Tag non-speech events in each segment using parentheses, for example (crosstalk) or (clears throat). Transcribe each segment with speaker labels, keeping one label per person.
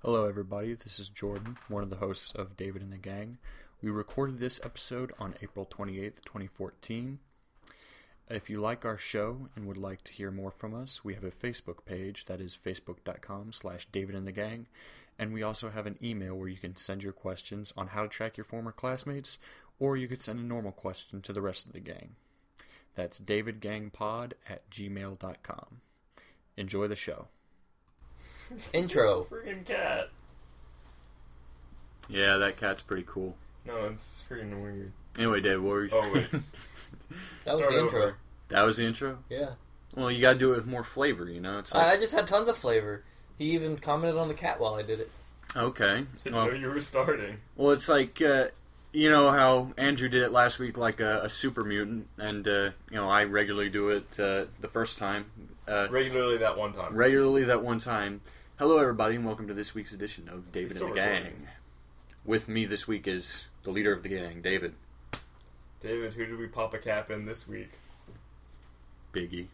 Speaker 1: Hello, everybody. This is Jordan, one of the hosts of David and the Gang. We recorded this episode on April 28th, 2014. If you like our show and would like to hear more from us, we have a Facebook page that is facebook.com slash David and the Gang, and we also have an email where you can send your questions on how to track your former classmates, or you could send a normal question to the rest of the gang. That's davidgangpod at gmail.com. Enjoy the show.
Speaker 2: Intro.
Speaker 3: Freaking cat.
Speaker 1: Yeah, that cat's pretty cool.
Speaker 3: No, it's freaking weird.
Speaker 1: Anyway, Dave, what were you
Speaker 3: Oh, wait.
Speaker 2: That was
Speaker 3: Start
Speaker 2: the intro.
Speaker 3: over.
Speaker 1: (laughs) That was the intro?
Speaker 2: Yeah.
Speaker 1: Well, you gotta do it with more flavor, you know? It's
Speaker 2: I, I
Speaker 1: like,
Speaker 2: just had tons of flavor. He even commented on the cat while I did it.
Speaker 1: okay.
Speaker 3: Didn't
Speaker 1: Well,
Speaker 3: know you were starting.
Speaker 1: well it's like, uh, you know how Andrew did it last week like a, a super mutant, and, uh, you know, I regularly do it uh, the first time. Uh,
Speaker 3: Regularly that one time.
Speaker 1: regularly that one time. Hello, everybody, and welcome to this week's edition of David
Speaker 3: still
Speaker 1: and the Gang.
Speaker 3: recording.
Speaker 1: With me this week is the leader of the gang, David
Speaker 3: David, who did we pop a cap in this week?
Speaker 1: Biggie.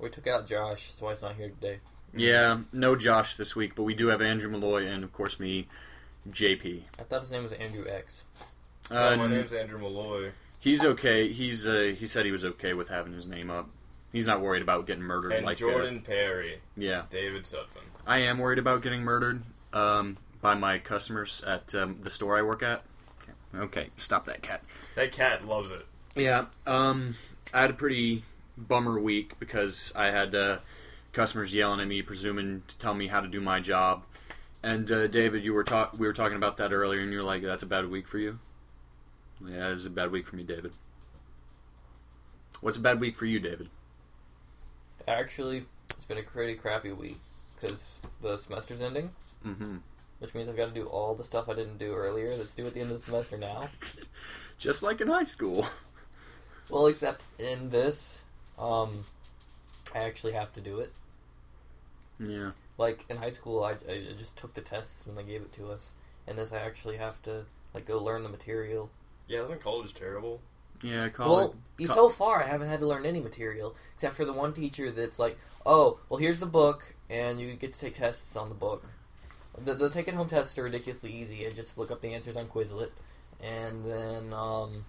Speaker 2: We took out Josh, that's why he's not here today.
Speaker 1: Yeah, no Josh this week, but we do have Andrew Malloy and, of course, me, JP.
Speaker 2: I thought his name was Andrew X.
Speaker 3: No, my
Speaker 1: Uh,
Speaker 3: name's Andrew Malloy.
Speaker 1: He's okay. He's uh, he said he was okay with having his name up. He's not worried about getting murdered.
Speaker 3: And
Speaker 1: like uh,
Speaker 3: Jordan Perry.
Speaker 1: yeah,
Speaker 3: David Sutphin.
Speaker 1: I am worried about getting murdered um, by my customers at um, the store I work at. Okay, okay, stop that cat.
Speaker 3: That cat loves it.
Speaker 1: Yeah, um, I had a pretty bummer week because I had uh, customers yelling at me, presuming to tell me how to do my job. And uh, David, you were talk we were talking about that earlier, and you were like, "That's a bad week for you." Yeah, it's a bad week for me, David. What's a bad week for you, David?
Speaker 2: Actually, it's been a pretty crappy week because the semester's ending,
Speaker 1: Mm-hmm.
Speaker 2: which means I've got to do all the stuff I didn't do earlier that's due at the end of the semester now.
Speaker 1: Just like in high school. (laughs)
Speaker 2: Well, except in this, um, I actually have to do it.
Speaker 1: Yeah.
Speaker 2: Like in high school, I, I I just took the tests when they gave it to us, and this I actually have to like go learn the material
Speaker 3: Yeah, isn't college terrible?
Speaker 1: Yeah,
Speaker 2: Well,
Speaker 1: college.
Speaker 2: you-
Speaker 1: co-
Speaker 2: so far I haven't had to learn any material except for the one teacher that's like, "Oh, well, here's the book, and you get to take tests on the book." The, the take-home tests are ridiculously easy. I just look up the answers on Quizlet, and then um,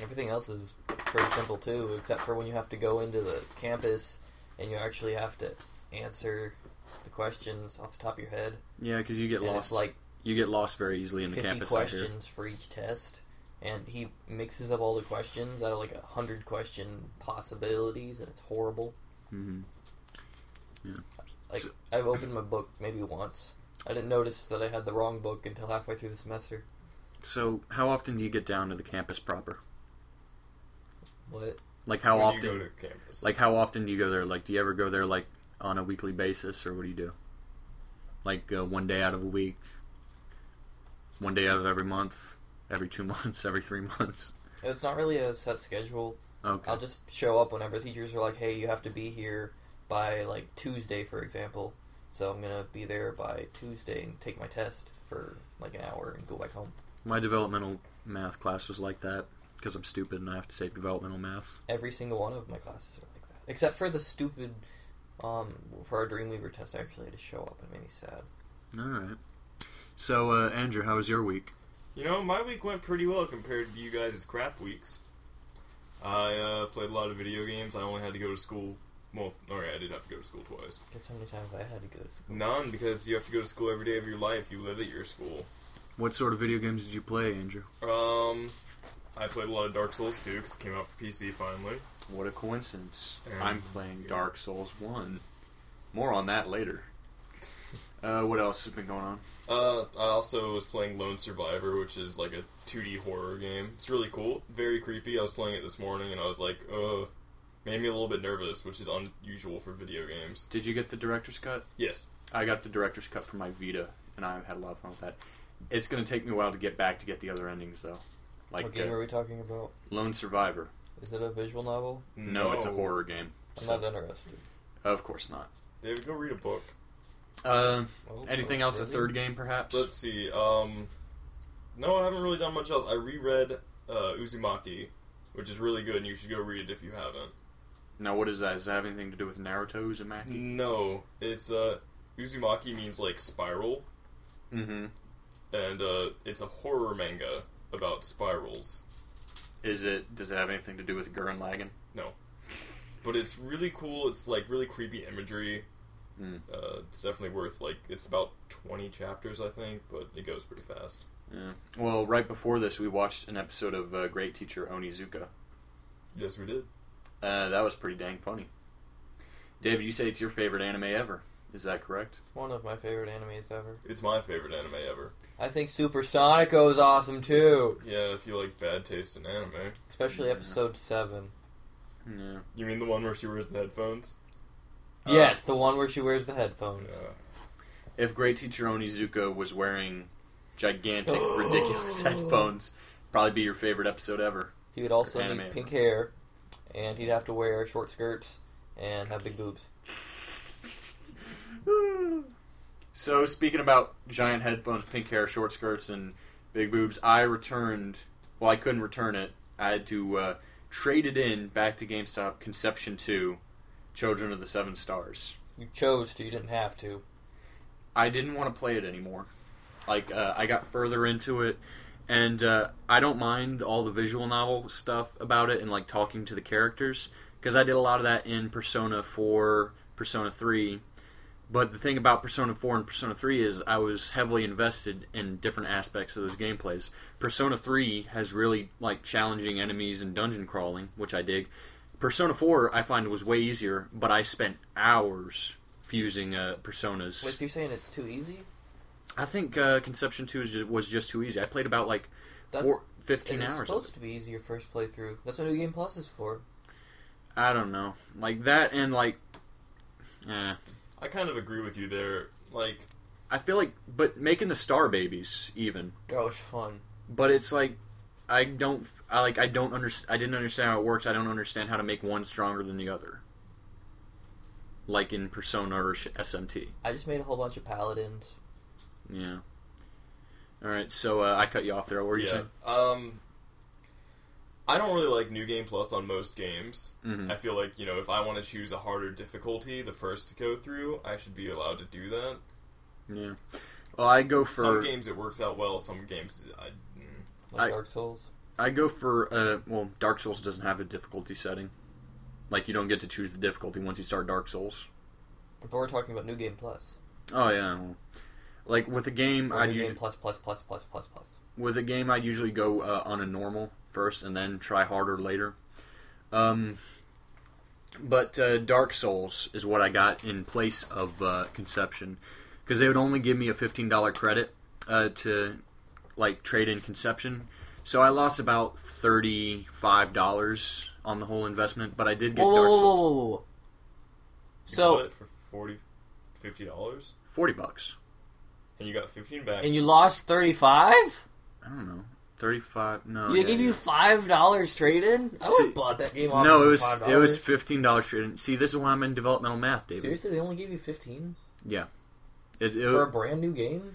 Speaker 2: everything else is pretty simple too, except for when you have to go into the campus and you actually have to answer the questions off the top of your head.
Speaker 1: yeah, because you get
Speaker 2: and
Speaker 1: lost.
Speaker 2: it's like
Speaker 1: you get lost very easily in the
Speaker 2: 50
Speaker 1: campus. I hear.
Speaker 2: questions for each test and he mixes up all the questions out of like a hundred question possibilities and it's horrible
Speaker 1: Mhm.
Speaker 2: like
Speaker 1: So-
Speaker 2: i've opened my book maybe once i didn't notice that i had the wrong book until halfway through the semester
Speaker 1: So, how often do you get down to the campus proper?
Speaker 2: what
Speaker 1: Like how
Speaker 3: when
Speaker 1: often?
Speaker 3: you go to campus.
Speaker 1: Like how often do you go there? Like do you ever go there like on a weekly basis or what do you do? Like uh, one day out of a week, one day out of every month, every two (laughs) months, every three months.
Speaker 2: it's not really a set schedule
Speaker 1: Okay.
Speaker 2: i'll just show up whenever teachers are like hey you have to be here by like tuesday for example so i'm gonna be there by tuesday and take my test for like an hour and go back home
Speaker 1: My developmental math class was like that because I'm stupid and I have to take developmental math.
Speaker 2: Every single one of my classes are like that, except for the stupid. Um, for our Dreamweaver test, I actually had to show up. It made me sad.
Speaker 1: All right. So, uh, Andrew, how was your week?
Speaker 3: You know, my week went pretty well compared to you guys' crap weeks. I uh, played a lot of video games. I only had to go to school. Well, alright, I did have to go to school twice.
Speaker 2: Because how many times I had to go to school.
Speaker 3: None, because you have to go to school every day of your life. You live at your school.
Speaker 1: What sort of video games did you play, Andrew?
Speaker 3: Um, I played a lot of Dark Souls 2 because it came out for PC finally.
Speaker 1: What a coincidence.
Speaker 3: Um,
Speaker 1: I'm playing Dark Souls 1. More on that later. Uh, what else has been going on?
Speaker 3: Uh, I also was playing Lone Survivor, which is like a 2D horror game. It's really cool, very creepy. I was playing it this morning and I was like, uh, made me a little bit nervous, which is unusual for video games.
Speaker 1: Did you get the director's cut?
Speaker 3: Yes.
Speaker 1: I got the director's cut for my Vita, and I had a lot of fun with that. It's going to take me a while to get back to get the other endings, though.
Speaker 2: what
Speaker 1: Like
Speaker 2: game are
Speaker 1: uh,
Speaker 2: we talking about?
Speaker 1: Lone Survivor.
Speaker 2: Is it a visual novel?
Speaker 1: No, it's a horror game.
Speaker 2: I'm
Speaker 1: So-
Speaker 2: not interested.
Speaker 1: of course not.
Speaker 3: David, go read a book.
Speaker 1: Uh,
Speaker 2: Oh,
Speaker 1: anything
Speaker 2: oh,
Speaker 1: else?
Speaker 2: really?
Speaker 1: A third game, perhaps?
Speaker 3: Let's see. Um, no, I haven't really done much else. I reread uh, Uzumaki, which is really good, and you should go read it if you haven't.
Speaker 1: Now, what is that? Does that have anything to do with Naruto Uzumaki?
Speaker 3: No, it's uh, Uzumaki means like spiral,
Speaker 1: Mm-hmm.
Speaker 3: and uh, it's a horror manga about spirals.
Speaker 1: Is it? Does it have anything to do with Gurren Lagann?
Speaker 3: No, but it's really cool. It's like really creepy imagery.
Speaker 1: Mm.
Speaker 3: Uh, it's definitely worth like it's about twenty chapters, I think, but it goes pretty fast.
Speaker 1: Yeah. Well, right before this, we watched an episode of uh, Great Teacher Onizuka.
Speaker 3: Yes, we did.
Speaker 1: Uh, that was pretty dang funny. David, you say it's your favorite anime ever. Is that correct?
Speaker 2: One of my favorite animes ever.
Speaker 3: It's my favorite anime ever.
Speaker 2: I think Super Sonico is awesome too,
Speaker 3: Yeah, if you like bad taste in anime,
Speaker 2: especially
Speaker 1: Yeah.
Speaker 2: episode seven.
Speaker 1: Yeah.
Speaker 3: you mean the one where she wears the headphones? Uh,
Speaker 2: yes, the one where she wears the
Speaker 1: Oh,
Speaker 3: Yeah.
Speaker 2: headphones.
Speaker 1: If Great Teacher Onizuka was wearing gigantic, ridiculous headphones, probably be your favorite episode ever.
Speaker 2: He would also
Speaker 1: Anime
Speaker 2: need pink hair, and he'd have to wear short skirts and have big boobs.
Speaker 1: so, speaking about giant headphones, pink hair, short skirts, and big boobs, I returned. Well, I couldn't return it. I had to uh, trade it in back to GameStop. Conception Two, Children of the Seven Stars.
Speaker 2: You chose to. You didn't have to.
Speaker 1: I didn't want to play it anymore. Like uh, I got further into it, and uh, I don't mind all the visual novel stuff about it and like talking to the characters because I did a lot of that in Persona Four, Persona Three. But the thing about Persona Four and Persona Three is I was heavily invested in different aspects of those gameplays. Persona Three has really like challenging enemies and dungeon crawling, which I dig. Persona Four I find was way easier, but I spent hours fusing uh, personas.
Speaker 2: Wait, so you're saying it's too easy?
Speaker 1: I think uh, Conception Two is just, was just too easy. I played about like four,
Speaker 2: and
Speaker 1: 15
Speaker 2: it's
Speaker 1: hours. Of
Speaker 2: supposed
Speaker 1: it.
Speaker 2: to be easy your first playthrough. That's what New Game Plus is for.
Speaker 1: I don't know, like that, and like, eh.
Speaker 3: I kind of agree with you there. Like,
Speaker 1: I feel like, but making the Star Babies even,
Speaker 2: That was fun.
Speaker 1: but it's like, I don't, I like, I don't understand. I didn't understand how it works. I don't understand how to make one stronger than the other. Like in Persona or Sh- SMT,
Speaker 2: I just made a whole bunch of paladins.
Speaker 1: yeah. All right, so uh, I cut you off there. What were you
Speaker 3: yeah.
Speaker 1: saying?
Speaker 3: Um, I don't really like New Game Plus on most games.
Speaker 1: Mhm.
Speaker 3: I feel like you know if I want to choose a harder difficulty, the first to go through, I should be allowed to do that.
Speaker 1: Yeah. Well, I go for
Speaker 3: Some games it works out well. Some games, I, mm.
Speaker 2: Like
Speaker 1: I-
Speaker 2: Dark Souls.
Speaker 1: I go for uh well, Dark Souls doesn't have a difficulty setting. Like you don't get to choose the difficulty once you start Dark Souls.
Speaker 2: But we're talking about New Game Plus.
Speaker 1: Oh yeah. well, Like with a game,
Speaker 2: Or
Speaker 1: I'd
Speaker 2: New Game
Speaker 1: usually,
Speaker 2: Plus Plus Plus Plus Plus Plus.
Speaker 1: with a game I'd usually go uh, on a normal first and then try harder later. Um, but uh, Dark Souls is what I got in place of uh, Conception because they would only give me a fifteen dollar credit uh, to like trade in Conception. So I lost about thirty five dollars on the whole investment, but I did get
Speaker 2: Whoa, whoa,
Speaker 1: Dark
Speaker 2: whoa,
Speaker 1: Souls.
Speaker 2: whoa, whoa, whoa. So
Speaker 3: you bought it for 40 50 dollars,
Speaker 1: Forty bucks.
Speaker 3: and you got fifteen back.
Speaker 2: and you lost thirty five?
Speaker 1: I don't know. Thirty-five. No.
Speaker 2: They
Speaker 1: Oh, yeah,
Speaker 2: give
Speaker 1: yeah.
Speaker 2: you five dollars trade in? I would
Speaker 1: See-
Speaker 2: have bought that game off.
Speaker 1: No,
Speaker 2: for
Speaker 1: it was
Speaker 2: $5.
Speaker 1: it was fifteen dollars straight. See, this is why I'm in developmental math, David.
Speaker 2: Seriously, they only gave you fifteen
Speaker 1: It, it-
Speaker 2: for a brand new game?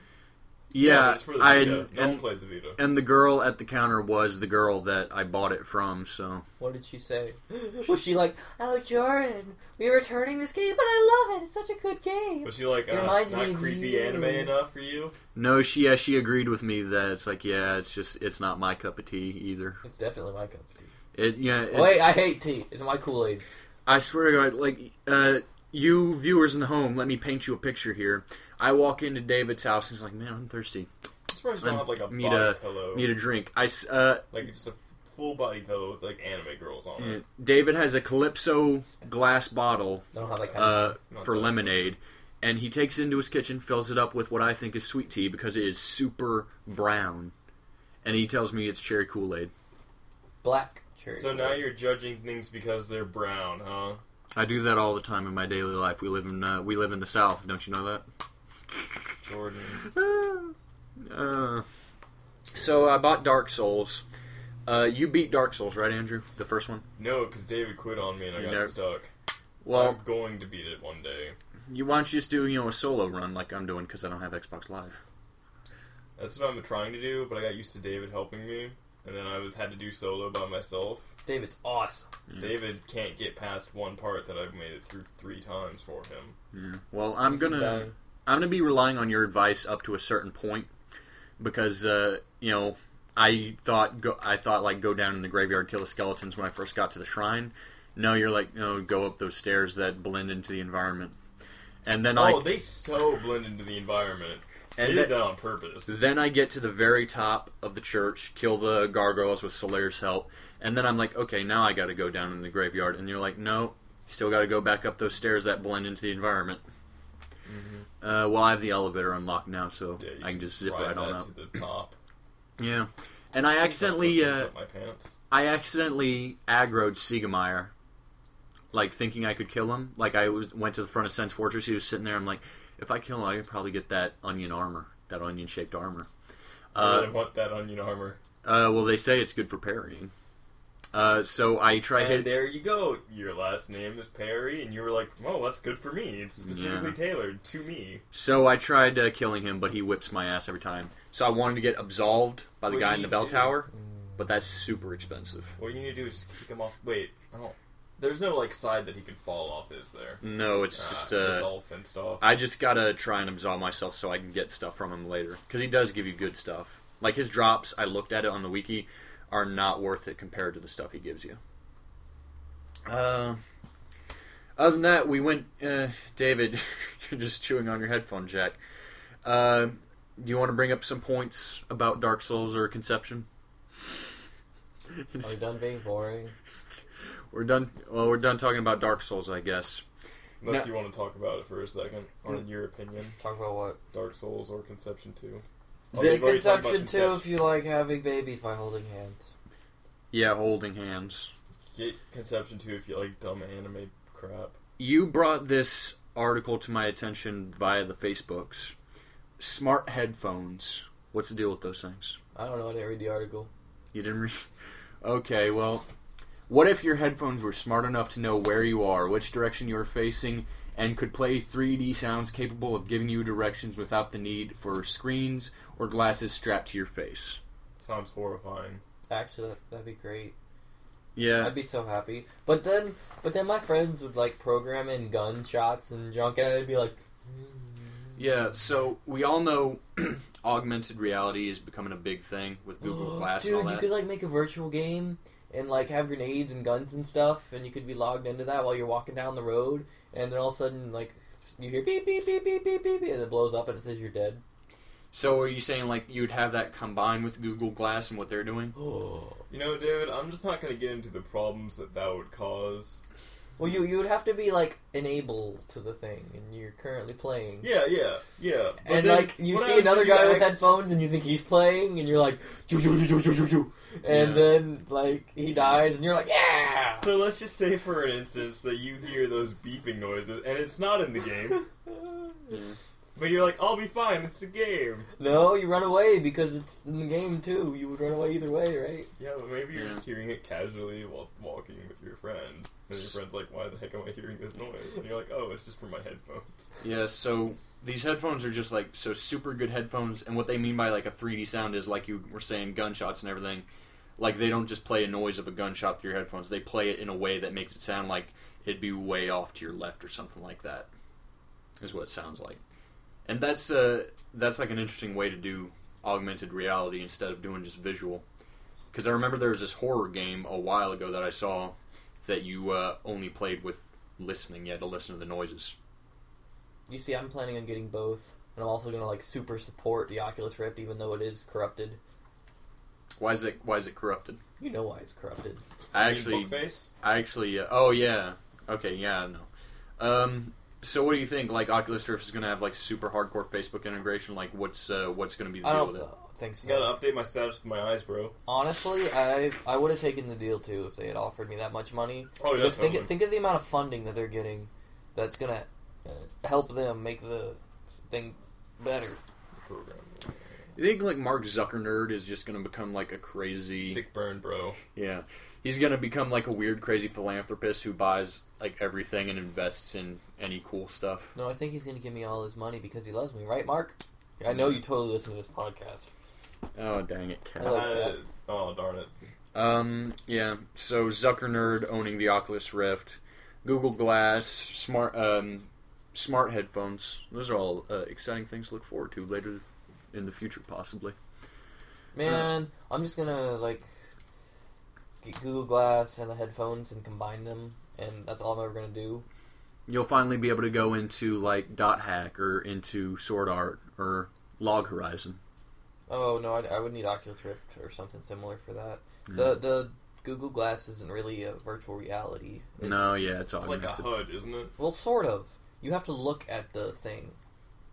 Speaker 3: yeah,
Speaker 1: yeah,
Speaker 3: it's for the
Speaker 1: I
Speaker 3: Vita. No one
Speaker 1: and,
Speaker 3: plays the Vita.
Speaker 1: and the girl at the counter was the girl that I bought it from. So
Speaker 2: What did she say? (laughs) Was she like, "Oh, Jordan, we're returning this game, but I love it. It's such a good game."
Speaker 3: Was she like
Speaker 2: It
Speaker 3: uh,
Speaker 2: reminds me
Speaker 3: not
Speaker 2: of
Speaker 3: creepy
Speaker 2: you.
Speaker 3: anime enough for you?
Speaker 1: no, she yeah she agreed with me that it's like yeah it's just it's not my cup of tea either.
Speaker 2: It's definitely my cup of tea.
Speaker 1: It yeah it-
Speaker 2: Wait, I hate tea. It's my Kool Aid.
Speaker 1: I swear to God, like uh, you viewers in the home, let me paint you a picture here. I walk into David's house and he's like, man, I'm thirsty.
Speaker 3: I'm surprised you don't
Speaker 1: I
Speaker 3: have like a
Speaker 1: need
Speaker 3: body
Speaker 1: a-
Speaker 3: pillow,
Speaker 1: Need a drink. I s- uh,
Speaker 3: like just a full body pillow with like anime girls on it.
Speaker 1: David has a Calypso glass bottle
Speaker 2: I don't have that kind of.
Speaker 1: uh,
Speaker 3: Not
Speaker 1: for
Speaker 3: glass.
Speaker 1: lemonade, and he takes it into his kitchen, fills it up with what I think is sweet tea because it is super brown, and he tells me it's cherry Kool Aid.
Speaker 2: black
Speaker 1: Mm.
Speaker 2: cherry.
Speaker 3: So now you're judging things because they're brown, huh?
Speaker 1: I do that all the time in my daily life. We live in uh, we live in the South, don't you know that? Ah.
Speaker 3: Jordan.
Speaker 1: Uh, so I bought Dark Souls. Uh, you beat Dark Souls, right, Andrew? The first one.
Speaker 3: No, because David quit on me and I
Speaker 1: You
Speaker 3: got
Speaker 1: know-
Speaker 3: stuck.
Speaker 1: Well,
Speaker 3: I'm going to beat it one day.
Speaker 1: you why don't you just do you know a solo run like I'm doing because I don't have Xbox Live.
Speaker 3: That's what I'm trying to do, but I got used to David helping me, and then I was had to do solo by myself.
Speaker 2: David's awesome.
Speaker 1: Mm.
Speaker 3: David can't get past one part that I've made it through three times for him.
Speaker 1: Yeah. Well, I'm gonna.
Speaker 2: Dang.
Speaker 1: I'm gonna be relying on your advice up to a certain point because uh, you know I thought go, I thought like go down in the graveyard kill the skeletons when I first got to the shrine. No, you're like no, go up those stairs that blend into the environment, and then
Speaker 3: Oh,
Speaker 1: I
Speaker 3: they so blend into the environment. They
Speaker 1: and
Speaker 3: did
Speaker 1: then-
Speaker 3: that on purpose.
Speaker 1: then I get to the very top of the church, kill the gargoyles with Solaire's help, and then I'm like, okay, now I got to go down in the graveyard, and you're like, no, still got to go back up those stairs that blend into the environment. Uh, well, I have the elevator unlocked now, so
Speaker 3: Mm-hmm. Yeah, you
Speaker 1: I can just zip
Speaker 3: ride
Speaker 1: right on
Speaker 3: that
Speaker 1: up.
Speaker 3: to
Speaker 1: (clears throat)
Speaker 3: the top.
Speaker 1: Yeah, and I accidentally.
Speaker 3: Up
Speaker 1: Uh,
Speaker 3: my pants.
Speaker 1: I accidentally aggroed Siegemeyer, like thinking I could kill him. Like I was went to the front of Sense Fortress. He was sitting there. I'm like, if I kill him, I could probably get that onion armor, that onion shaped armor.
Speaker 3: I
Speaker 1: Uh,
Speaker 3: really want that onion armor.
Speaker 1: uh, well, they say it's good for parrying. Uh, so I try
Speaker 3: And
Speaker 1: hit.
Speaker 3: there you go. Your last name is Perry, and you were like, "Oh, that's good for me. It's specifically
Speaker 1: Yeah.
Speaker 3: tailored to me."
Speaker 1: So I tried uh, killing him, but he whips my ass every time. So I wanted to get absolved by the
Speaker 3: What
Speaker 1: guy
Speaker 3: did
Speaker 1: in the
Speaker 3: he
Speaker 1: bell
Speaker 3: do?
Speaker 1: tower, but that's super expensive.
Speaker 3: What you need to do is just kick him off. Wait, I don't. There's no like side that he can fall off, is there?
Speaker 1: No, it's
Speaker 3: Ah, (sighs)
Speaker 1: just uh,
Speaker 3: it's all fenced off.
Speaker 1: I just gotta try and absolve myself so I can get stuff from him later because he does give you good stuff. Like his drops, I looked at it on the wiki, are not worth it compared to the stuff he gives you. Uh, other than that, we went. Uh, David, (laughs) you're just chewing on your headphone jack. Uh, do you want to bring up some points about Dark Souls or Conception?
Speaker 2: Are we done being boring?
Speaker 1: (laughs) we're done. Well, we're done talking about Dark Souls, I guess.
Speaker 3: Unless
Speaker 1: no.
Speaker 3: you want to talk about it for a second on your opinion,
Speaker 2: Talk about what?
Speaker 3: Dark Souls or Conception Two. Oh,
Speaker 2: The conception too, if you like having babies by holding hands.
Speaker 1: Yeah, holding hands.
Speaker 3: Get Conception Two if you like dumb anime crap.
Speaker 1: you brought this article to my attention via the Facebooks. Smart headphones. What's the deal with those things?
Speaker 2: I don't know. I didn't read the article.
Speaker 1: You didn't read. (laughs) Okay, well, what if your headphones were smart enough to know where you are, which direction you are facing, and could play 3D sounds capable of giving you directions without the need for screens or glasses strapped to your face?
Speaker 3: Sounds horrifying.
Speaker 2: Actually, that- that'd be great.
Speaker 1: Yeah,
Speaker 2: I'd be so happy. But then, but then my friends would like program in gunshots and junk, and I'd be like,
Speaker 1: yeah. So we all know (clears throat) augmented reality is becoming a big thing with
Speaker 2: (gasps)
Speaker 1: Google Glass
Speaker 2: Oh, dude,
Speaker 1: and all
Speaker 2: you
Speaker 1: that.
Speaker 2: could like make a virtual game and like have grenades and guns and stuff, and you could be logged into that while you're walking down the road, and then all of a sudden like you hear beep beep beep beep beep beep, beep and it blows up and it says you're dead.
Speaker 1: So are you saying like you'd have that combined with Google Glass and what they're doing?
Speaker 2: Oh.
Speaker 3: You know, David, I'm just not going to get into the problems that that would cause.
Speaker 2: Well, you you would have to be like enable to the thing, and you're currently playing.
Speaker 3: Yeah, yeah, yeah. But
Speaker 2: and
Speaker 3: then
Speaker 2: like you
Speaker 3: what
Speaker 2: see
Speaker 3: happens
Speaker 2: another
Speaker 3: if you
Speaker 2: guy with
Speaker 3: act-
Speaker 2: headphones, and you think he's playing, and you're like, "Choo, choo, choo, choo, choo, choo, choo." and
Speaker 1: Yeah.
Speaker 2: then like he dies, and you're like,
Speaker 3: (laughs)
Speaker 2: yeah.
Speaker 3: So let's just say, for an instance, that you hear those beeping noises, and it's not in
Speaker 2: (laughs)
Speaker 3: the game, but you're like, "I'll be fine. It's a game."
Speaker 2: no, you run away because it's in the game too. You would run away either way, right?
Speaker 3: Yeah, but maybe you're
Speaker 1: Yeah.
Speaker 3: just hearing it casually while walking with your friend, and your friend's like, "Why the heck am I hearing this noise?" And you're like, "Oh, it's just from my headphones."
Speaker 1: Yeah, so these headphones are just like so super good headphones and what they mean by like a 3D sound is like you were saying gunshots and everything. Like they don't just play a noise of a gunshot through your headphones. They play it in a way that makes it sound like it'd be way off to your left or something like that. Is what it sounds like. And that's uh that's like an interesting way to do augmented reality instead of doing just visual. Cuz I remember there was this horror game a while ago that I saw that you uh, only played with listening. You had to listen to the noises.
Speaker 2: You see, I'm planning on getting both, and I'm also gonna like super support the Oculus Rift, even though it is corrupted.
Speaker 1: Why is it why is it corrupted?
Speaker 2: You know why it's corrupted.
Speaker 1: I
Speaker 3: You mean
Speaker 1: actually,
Speaker 3: Bookface?
Speaker 1: I actually, uh, oh yeah, okay, yeah, no. Um, so what do you think? Like Oculus Rift is gonna have like super hardcore Facebook integration. Like, what's uh, what's gonna be the
Speaker 2: I
Speaker 1: deal
Speaker 2: don't
Speaker 1: with it?
Speaker 2: think so.
Speaker 3: Gotta update my status with my eyes, bro.
Speaker 2: Honestly, I I would have taken the deal too if they had offered me that much money.
Speaker 3: Oh yeah,
Speaker 2: Because think,
Speaker 3: totally.
Speaker 2: think of the amount of funding that they're getting that's going to help them make the thing better.
Speaker 3: Program.
Speaker 1: You think like Mark Zuckerberg is just gonna become like a crazy?
Speaker 3: Sick burn, bro.
Speaker 1: Yeah, he's gonna become like a weird, crazy philanthropist who buys like everything and invests in any cool stuff.
Speaker 2: No, I think he's going to give me all his money because he loves me, right, Mark? I know you totally listen to this podcast.
Speaker 1: Oh dang it!
Speaker 2: I like
Speaker 3: Uh,
Speaker 2: that.
Speaker 3: oh darn it.
Speaker 1: Um, yeah. So Zucker Nerd owning the Oculus Rift, Google Glass, smart um, smart headphones. Those are all uh, exciting things to look forward to later in the future, possibly.
Speaker 2: Man, I'm just gonna like get Google Glass and the headphones and combine them, and that's all I'm ever gonna do.
Speaker 1: You'll finally be able to go into like Dot Hack or into Sword Art or Log Horizon.
Speaker 2: Oh no, I, I would need Oculus Rift or something similar for that.
Speaker 1: Hmm.
Speaker 2: The the Google Glass isn't really a virtual reality.
Speaker 1: no, yeah, it's,
Speaker 3: It's like a
Speaker 1: augmented.
Speaker 3: HUD, isn't it?
Speaker 2: Well, sort of. You have to look at the thing.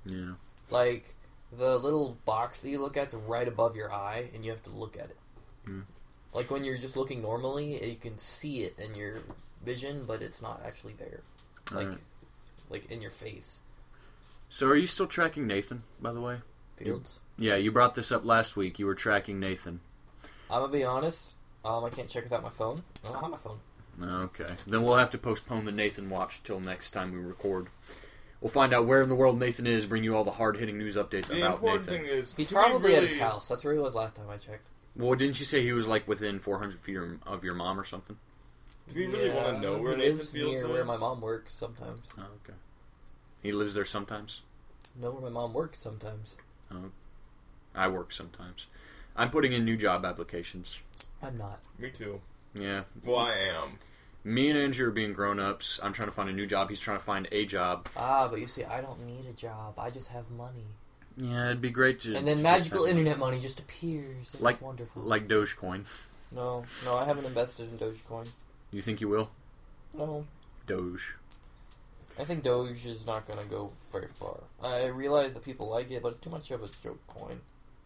Speaker 1: yeah,
Speaker 2: Like the little box that you look at's right above your eye, and you have to look at it.
Speaker 1: Hmm.
Speaker 2: Like when you're just looking normally, you can see it in your vision, but it's not actually there. Like,
Speaker 1: Alright.
Speaker 2: like in your face.
Speaker 1: So, are you still tracking Nathan? By the way,
Speaker 2: Fields.
Speaker 1: yeah, you brought this up last week. You were tracking Nathan.
Speaker 2: I'm gonna be honest. Um, I can't check without my phone. I don't have my phone.
Speaker 1: Okay, then we'll have to postpone the Nathan watch till next time we record. We'll find out where in the world Nathan is. Bring you all the hard-hitting news updates
Speaker 3: The
Speaker 1: about
Speaker 3: important
Speaker 1: Nathan.
Speaker 3: thing is
Speaker 2: He's
Speaker 3: do we
Speaker 2: probably at
Speaker 3: really-
Speaker 2: his house. That's where he was last time I checked.
Speaker 1: Well, didn't you say he was like within 400 feet of- of your mom or something?
Speaker 3: Do we really want to know where
Speaker 2: he
Speaker 3: Nathan
Speaker 2: lives
Speaker 3: Fields
Speaker 2: near
Speaker 3: is?
Speaker 2: where my mom works sometimes.
Speaker 1: Oh, okay. He lives there sometimes.
Speaker 2: Know where my mom works sometimes.
Speaker 1: I work sometimes. I'm putting in new job applications.
Speaker 2: I'm not.
Speaker 3: Me too.
Speaker 1: Yeah.
Speaker 3: Well, I am.
Speaker 1: (laughs) Me and Andrew are being grown ups. I'm trying to find a new job. He's trying to find a job.
Speaker 2: Ah, but you see, I don't need a job. I just have money.
Speaker 1: Yeah, it'd be great to.
Speaker 2: And then
Speaker 1: to
Speaker 2: magical
Speaker 1: just have-
Speaker 2: internet money just appears. It's
Speaker 1: Like-
Speaker 2: wonderful.
Speaker 1: Like Dogecoin.
Speaker 2: no, no, I haven't invested in Dogecoin.
Speaker 1: You think you will?
Speaker 2: No,
Speaker 1: Doge.
Speaker 2: I think Doge is not gonna go very far. I realize that people like it, but it's too much of a joke coin.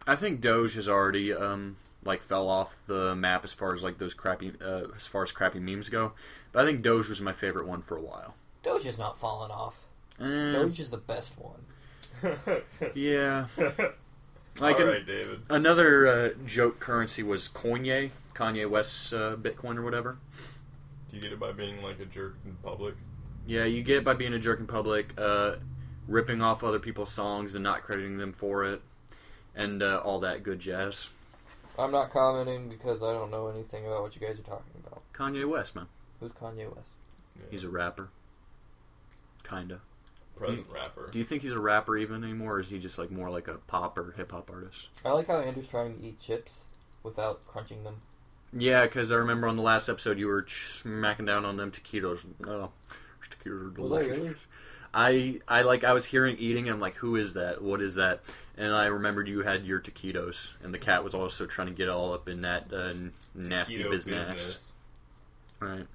Speaker 1: I think Doge has already um like fell off the map as far as like those crappy uh, as far as crappy memes go. But I think Doge was my favorite one for a while.
Speaker 2: Doge is not falling off.
Speaker 1: Eh,
Speaker 2: Doge is the best one.
Speaker 1: Yeah. Like
Speaker 3: All
Speaker 1: an-
Speaker 3: right, David.
Speaker 1: another uh, joke currency was Kanye, Kanye West's uh, Bitcoin or whatever.
Speaker 3: Do you get it by being like a jerk in public?
Speaker 1: Yeah, you get it by being a jerk in public, uh, ripping off other people's songs and not crediting them for it, and uh, all that good jazz.
Speaker 2: I'm not commenting because I don't know anything about what you guys are talking about.
Speaker 1: Kanye West, man,
Speaker 2: Who's Kanye West?
Speaker 3: Yeah.
Speaker 1: he's a rapper, kinda.
Speaker 3: present rapper.
Speaker 1: Do you think he's a rapper even anymore, or is he just like more like a pop or hip hop artist?
Speaker 2: I like how Andrew's trying to eat chips without crunching them.
Speaker 1: Yeah, because I remember on the last episode you were ch- smacking down on them taquitos. Oh, taquitos are
Speaker 2: Was I
Speaker 1: delicious.
Speaker 2: really?
Speaker 1: I I like I was hearing eating. I'm like, who is that? What is that? And I remembered you had your taquitos, and the cat was also trying to get all up in that uh, n- nasty
Speaker 3: Keto
Speaker 1: business. Right?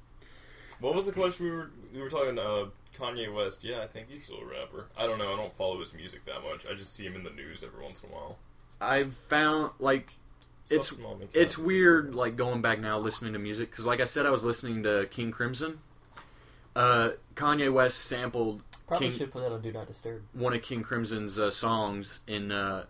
Speaker 3: What was the question we were we were talking? Uh, Kanye West. Yeah, I think he's still a rapper. I don't know. I don't follow his music that much. I just see him in the news every once in a while.
Speaker 1: I've found like It's-
Speaker 3: Something I'll make
Speaker 1: it's
Speaker 3: sense.
Speaker 1: weird like going back now listening to music because like I said I was listening to King Crimson. Uh, Kanye West sampled
Speaker 2: Probably
Speaker 1: King-
Speaker 2: should put that on Do Not Disturb.
Speaker 1: one of King Crimson's uh, songs in uh,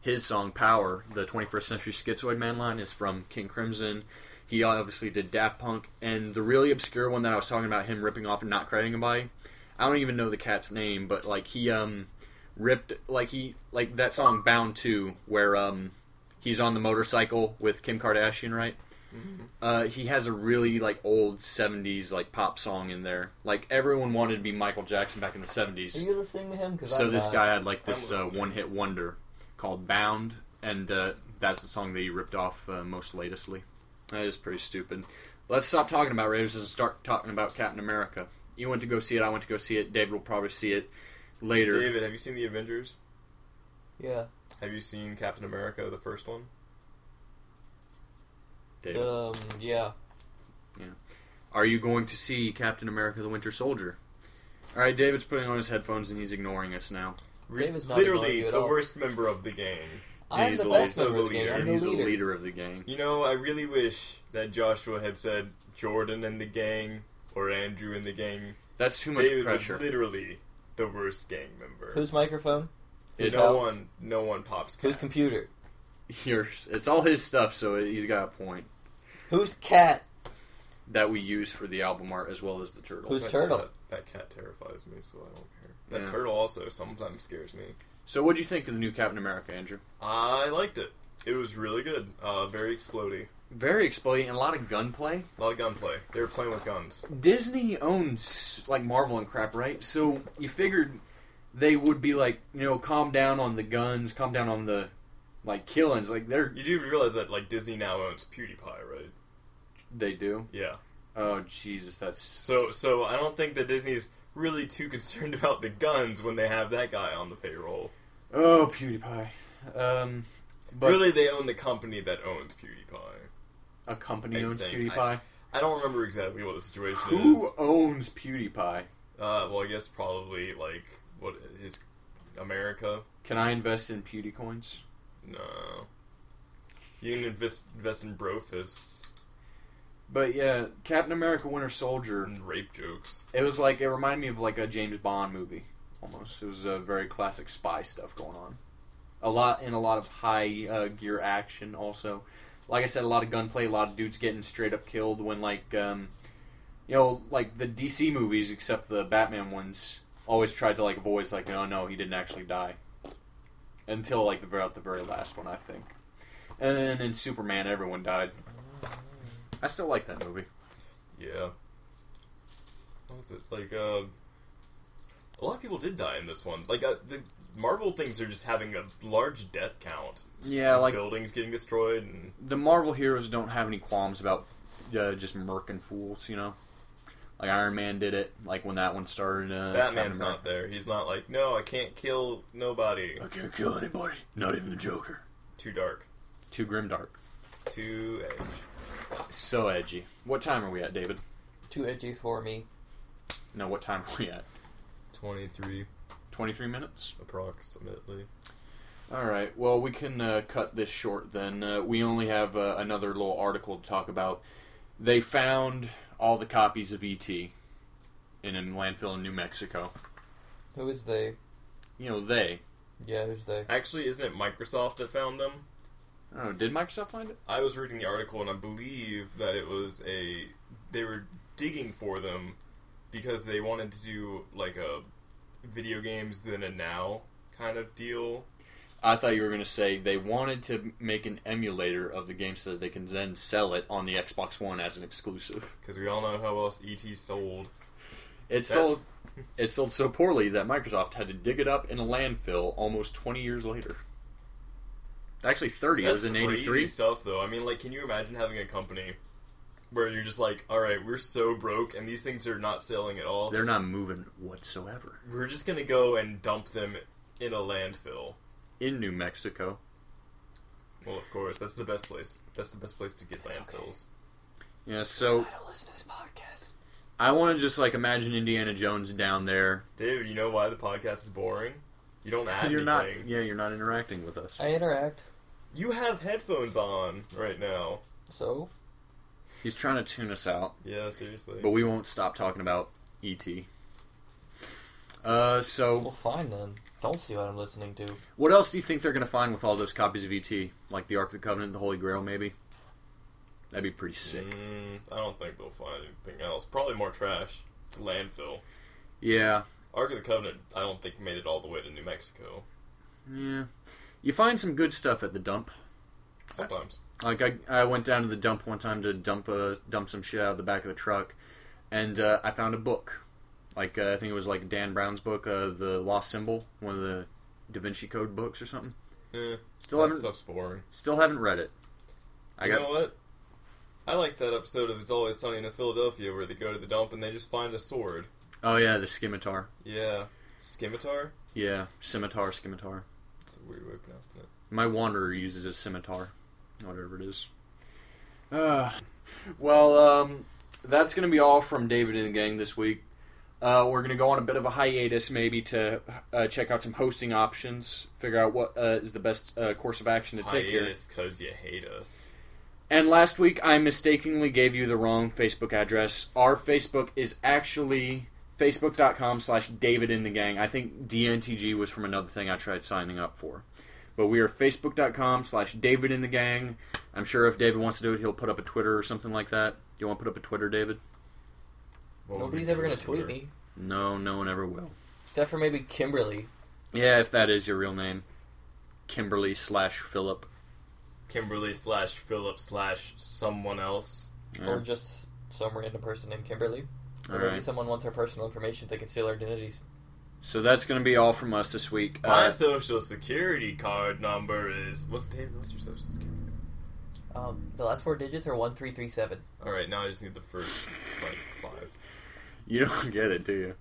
Speaker 1: his song "Power." The 21st Century Schizoid Man line is from King Crimson. He obviously did Daft Punk, and the really obscure one that I was talking about him ripping off and not crediting anybody. I don't even know the cat's name, but like he um ripped like he like that song "Bound to" where um he's on the motorcycle with Kim Kardashian, right?
Speaker 3: Mm-hmm.
Speaker 1: Uh, he has a really like old '70s like pop song in there. Like everyone wanted to be Michael Jackson back in the '70s.
Speaker 2: Are you listening to him? Because
Speaker 1: So this
Speaker 2: not.
Speaker 1: guy had like this
Speaker 3: I'm
Speaker 1: uh,
Speaker 3: listening.
Speaker 1: one-hit wonder called "Bound," and uh, that's the song that he ripped off uh, most latestly. That is pretty stupid. Let's stop talking about Raiders and start talking about Captain America. You went to go see it. I went to go see it. David will probably see it later.
Speaker 3: David, have you seen the Avengers?
Speaker 2: Yeah.
Speaker 3: Have you seen Captain America, the first one?
Speaker 1: David.
Speaker 2: Um. Yeah.
Speaker 1: Are you going to see Captain America: The Winter Soldier? All right, David's putting on his headphones and he's ignoring us now.
Speaker 2: David's not ignoring you
Speaker 3: Literally
Speaker 2: at
Speaker 3: the
Speaker 2: all.
Speaker 3: worst member of the gang.
Speaker 2: I'm
Speaker 1: he's
Speaker 2: the
Speaker 1: the
Speaker 2: best
Speaker 3: leader.
Speaker 2: member of the game. I'm
Speaker 1: And
Speaker 2: the
Speaker 1: he's
Speaker 2: leader.
Speaker 1: the leader of the gang.
Speaker 3: You know, I really wish that Joshua had said Jordan and the gang or Andrew and the gang.
Speaker 1: That's too much
Speaker 3: David
Speaker 1: pressure. (laughs)
Speaker 3: was literally the worst gang member.
Speaker 2: Whose microphone? Whose
Speaker 3: no
Speaker 2: house?
Speaker 3: one, no one pops.
Speaker 2: Whose
Speaker 3: cats.
Speaker 2: computer?
Speaker 1: Yours. It's all his stuff, so he's got a point.
Speaker 2: Whose cat?
Speaker 1: that we use for the album art as well as the turtle.
Speaker 2: Who's- turtle?
Speaker 3: Cat, that cat terrifies me, so I don't care. That
Speaker 1: Yeah.
Speaker 3: turtle also sometimes scares me.
Speaker 1: so, what do you think of the new Captain America, Andrew?
Speaker 3: I liked it. It was really good. Uh, very explodey.
Speaker 1: very exploding and a lot of gunplay.
Speaker 3: A lot of gunplay. They were playing with guns.
Speaker 1: Disney owns like Marvel and crap, right? So you figured they would be like, you know, calm down on the guns, calm down on the like killings. Like they're
Speaker 3: You do realize that like Disney now owns PewDiePie, right?
Speaker 1: they do.
Speaker 3: Yeah.
Speaker 1: Oh Jesus, that's
Speaker 3: So so I don't think that Disney's really too (laughs) concerned about the guns when they have that guy on the payroll.
Speaker 1: oh PewDiePie. Um, but
Speaker 3: really, they own the company that owns PewDiePie.
Speaker 1: a company
Speaker 3: I
Speaker 1: owns
Speaker 3: think
Speaker 1: PewDiePie.
Speaker 3: I- I don't remember exactly what the situation
Speaker 1: Who
Speaker 3: is.
Speaker 1: owns PewDiePie?
Speaker 3: Uh, well, I guess probably like what is America?
Speaker 1: Can I invest in PewDie coins?
Speaker 3: No. You can invest invest in bro fists
Speaker 1: But yeah, Captain America: Winter Soldier.
Speaker 3: and rape jokes.
Speaker 1: It was like it reminded me of like a James Bond movie almost. It was a very classic spy stuff going on. A lot and a lot of high uh, gear action also. Like I said, a lot of gunplay, a lot of dudes getting straight up killed when like um, you know like the DC movies, except the Batman ones, always tried to like avoid like no no he didn't actually die until like the very the very last one I think. And then in Superman, everyone died. I still like that movie.
Speaker 3: Yeah. What was it like? Uh, a lot of people did die in this one. Like uh, the Marvel things are just having a large death count.
Speaker 1: Yeah, like
Speaker 3: buildings getting destroyed and
Speaker 1: the Marvel heroes don't have any qualms about uh, just murking fools, you know. Like Iron Man did it, like when that one started. Uh,
Speaker 3: Batman's not there. He's not like, no, I can't kill nobody.
Speaker 1: I can't kill anybody, not even the Joker.
Speaker 3: Too dark.
Speaker 1: Too grimdark,
Speaker 3: Too edge.
Speaker 1: so edgy. What time are we at, David?
Speaker 2: Too edgy for me.
Speaker 1: No, what time are we at?
Speaker 3: Twenty three
Speaker 1: Twenty-three minutes.
Speaker 3: approximately.
Speaker 1: All right. Well, we can uh, cut this short then. Uh, we only have uh, another little article to talk about. They found all the copies of ET in a landfill in New Mexico.
Speaker 2: Who is they?
Speaker 1: You know they.
Speaker 2: Yeah, who's they?
Speaker 3: Actually, isn't it Microsoft that found them?
Speaker 1: Oh, did Microsoft find it?
Speaker 3: I was reading the article and I believe that it was a they were digging for them because they wanted to do like a video games then and now kind of deal.
Speaker 1: I thought you were going to say they wanted to make an emulator of the game so that they can then sell it on the Xbox One as an exclusive.
Speaker 3: Because we all know how else ET sold.
Speaker 1: It
Speaker 3: That's-
Speaker 1: sold it sold so poorly that Microsoft had to dig it up in a landfill almost 20 years later. Actually 30,
Speaker 3: That's
Speaker 1: it was in
Speaker 3: crazy
Speaker 1: 83.
Speaker 3: stuff, though. I mean, like, can you imagine having a company where you're just like, all right, we're so broke, and these things are not selling at all.
Speaker 1: They're not moving whatsoever.
Speaker 3: we're just gonna go and dump them in a landfill.
Speaker 1: In New Mexico.
Speaker 3: Well, of course, that's the best place. That's the best place to get landfills.
Speaker 1: Yeah, so
Speaker 2: don't listen to this podcast.
Speaker 1: I want to just like imagine Indiana Jones down there.
Speaker 3: David, you know why the podcast is boring?
Speaker 1: (laughs)
Speaker 3: You don't add
Speaker 1: You're
Speaker 3: anything.
Speaker 1: not Yeah, you're not interacting with us.
Speaker 2: I interact,
Speaker 3: You have headphones on right now.
Speaker 2: so
Speaker 1: He's trying to tune us out.
Speaker 3: Yeah, seriously.
Speaker 1: But we won't stop talking about ET. Uh,
Speaker 2: well,
Speaker 1: so
Speaker 2: fine then. Don't see what I'm listening to.
Speaker 1: what else do you think they're gonna find with all those copies of ET? Like the Ark of the Covenant, the Holy Grail, maybe. That'd be pretty sick.
Speaker 3: Mm, I don't think they'll find anything else. Probably more trash. It's a landfill.
Speaker 1: Yeah,
Speaker 3: Ark of the Covenant. I don't think made it all the way to New Mexico.
Speaker 1: yeah. You find some good stuff at the dump.
Speaker 3: Sometimes.
Speaker 1: Like I, I went down to the dump one time to dump uh, dump some shit out of the back of the truck, and uh, I found a book. Like uh, I think it was like Dan Brown's book, uh, the Lost Symbol, one of the Da Vinci Code books or something.
Speaker 3: Eh,
Speaker 1: Still
Speaker 3: that
Speaker 1: haven't,
Speaker 3: stuff's boring.
Speaker 1: still haven't read it. I
Speaker 3: you
Speaker 1: got
Speaker 3: know what? I like that episode of It's Always Sunny in Philadelphia where they go to the dump and they just find a sword.
Speaker 1: Oh yeah, the scimitar.
Speaker 3: Yeah. Scimitar?
Speaker 1: Yeah, scimitar, scimitar.
Speaker 3: It's a weird way of pronouncing it.
Speaker 1: My wanderer uses a scimitar, whatever it is. Uh, well, um, that's gonna be all from David and the gang this week. Uh, we're gonna go on a bit of a hiatus, maybe to uh, check out some hosting options, figure out what uh, is the best uh, course of action to take here.
Speaker 3: Hiatus because you hate us.
Speaker 1: And last week, I mistakenly gave you the wrong Facebook address. Our Facebook is actually facebook.com slash David in the gang. I think DNTG was from another thing I tried signing up for. But we are facebook.com slash David in the gang. I'm sure if David wants to do it, he'll put up a Twitter or something like that. Do you want to put up a Twitter, David?
Speaker 3: What would
Speaker 2: Nobody's
Speaker 3: we
Speaker 2: ever
Speaker 3: do
Speaker 2: gonna
Speaker 3: on
Speaker 2: tweet
Speaker 3: Twitter?
Speaker 2: me,
Speaker 1: No, no one ever will.
Speaker 2: except for maybe Kimberly.
Speaker 1: Yeah, if that is your real name. Kimberly slash Philip.
Speaker 3: Kimberly slash Philip slash someone else.
Speaker 2: or just some random person named Kimberly. Or
Speaker 1: All
Speaker 2: maybe
Speaker 1: right.
Speaker 2: someone wants our personal information they can steal our identities.
Speaker 1: So that's going to be all from us this week.
Speaker 3: My
Speaker 1: Uh,
Speaker 3: social security card number is what's David? What's your social security?
Speaker 2: Um, the last four digits are one three three seven.
Speaker 3: card? All right, now I just need the first like five.
Speaker 1: you don't (laughs) get it, do you?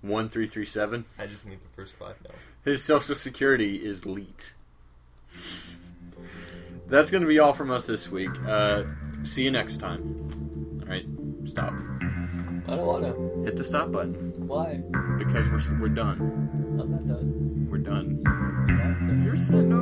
Speaker 1: One three three seven.
Speaker 3: I just need the first five now.
Speaker 1: His social security is leet. That's going to be all from us this week. Uh, see you next time. All right, stop.
Speaker 2: I don't wanna.
Speaker 1: Hit the stop button
Speaker 2: Why?
Speaker 1: because we're we're done.
Speaker 2: I'm not done.
Speaker 1: We're done.
Speaker 2: You're not done.
Speaker 1: You're sitting over.